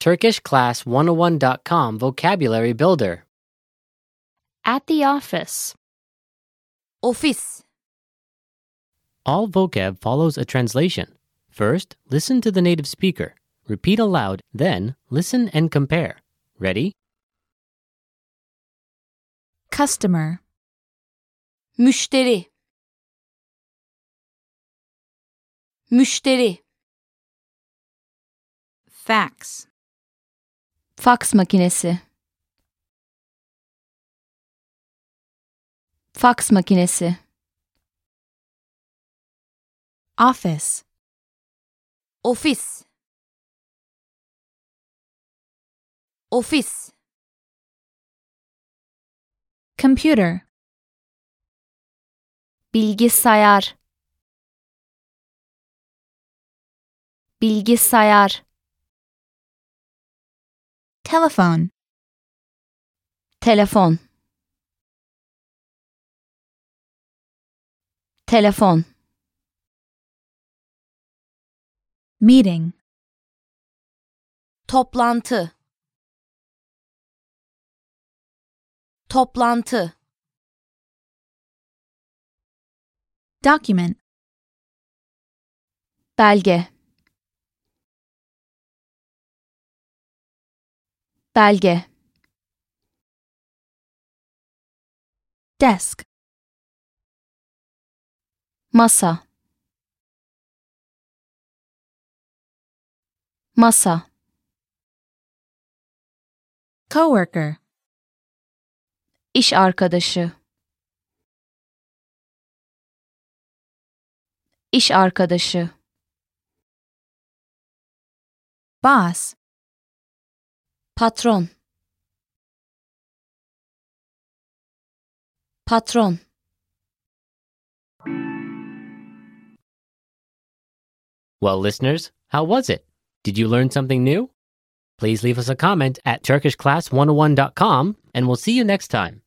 TurkishClass101.com Vocabulary Builder. At the office. Ofis, All vocab follows a translation. First, listen to the native speaker. Repeat aloud, then, listen and compare. Ready? customer. Müşteri. Müşteri. Fax. Fax makinesi. Fax makinesi. Office. Ofis. Ofis. Computer. Bilgisayar. Bilgisayar. Telephone. Telefon. Telefon. Meeting. Toplantı. Toplantı. Document. Belge. Belge. Desk. Masa. Masa. Coworker. İş arkadaşı. İş arkadaşı. Boss. Patron. Patron. Well, listeners, how was it? Did you learn something oh new? Please leave us a comment at TurkishClass101.com and we'll see you next time.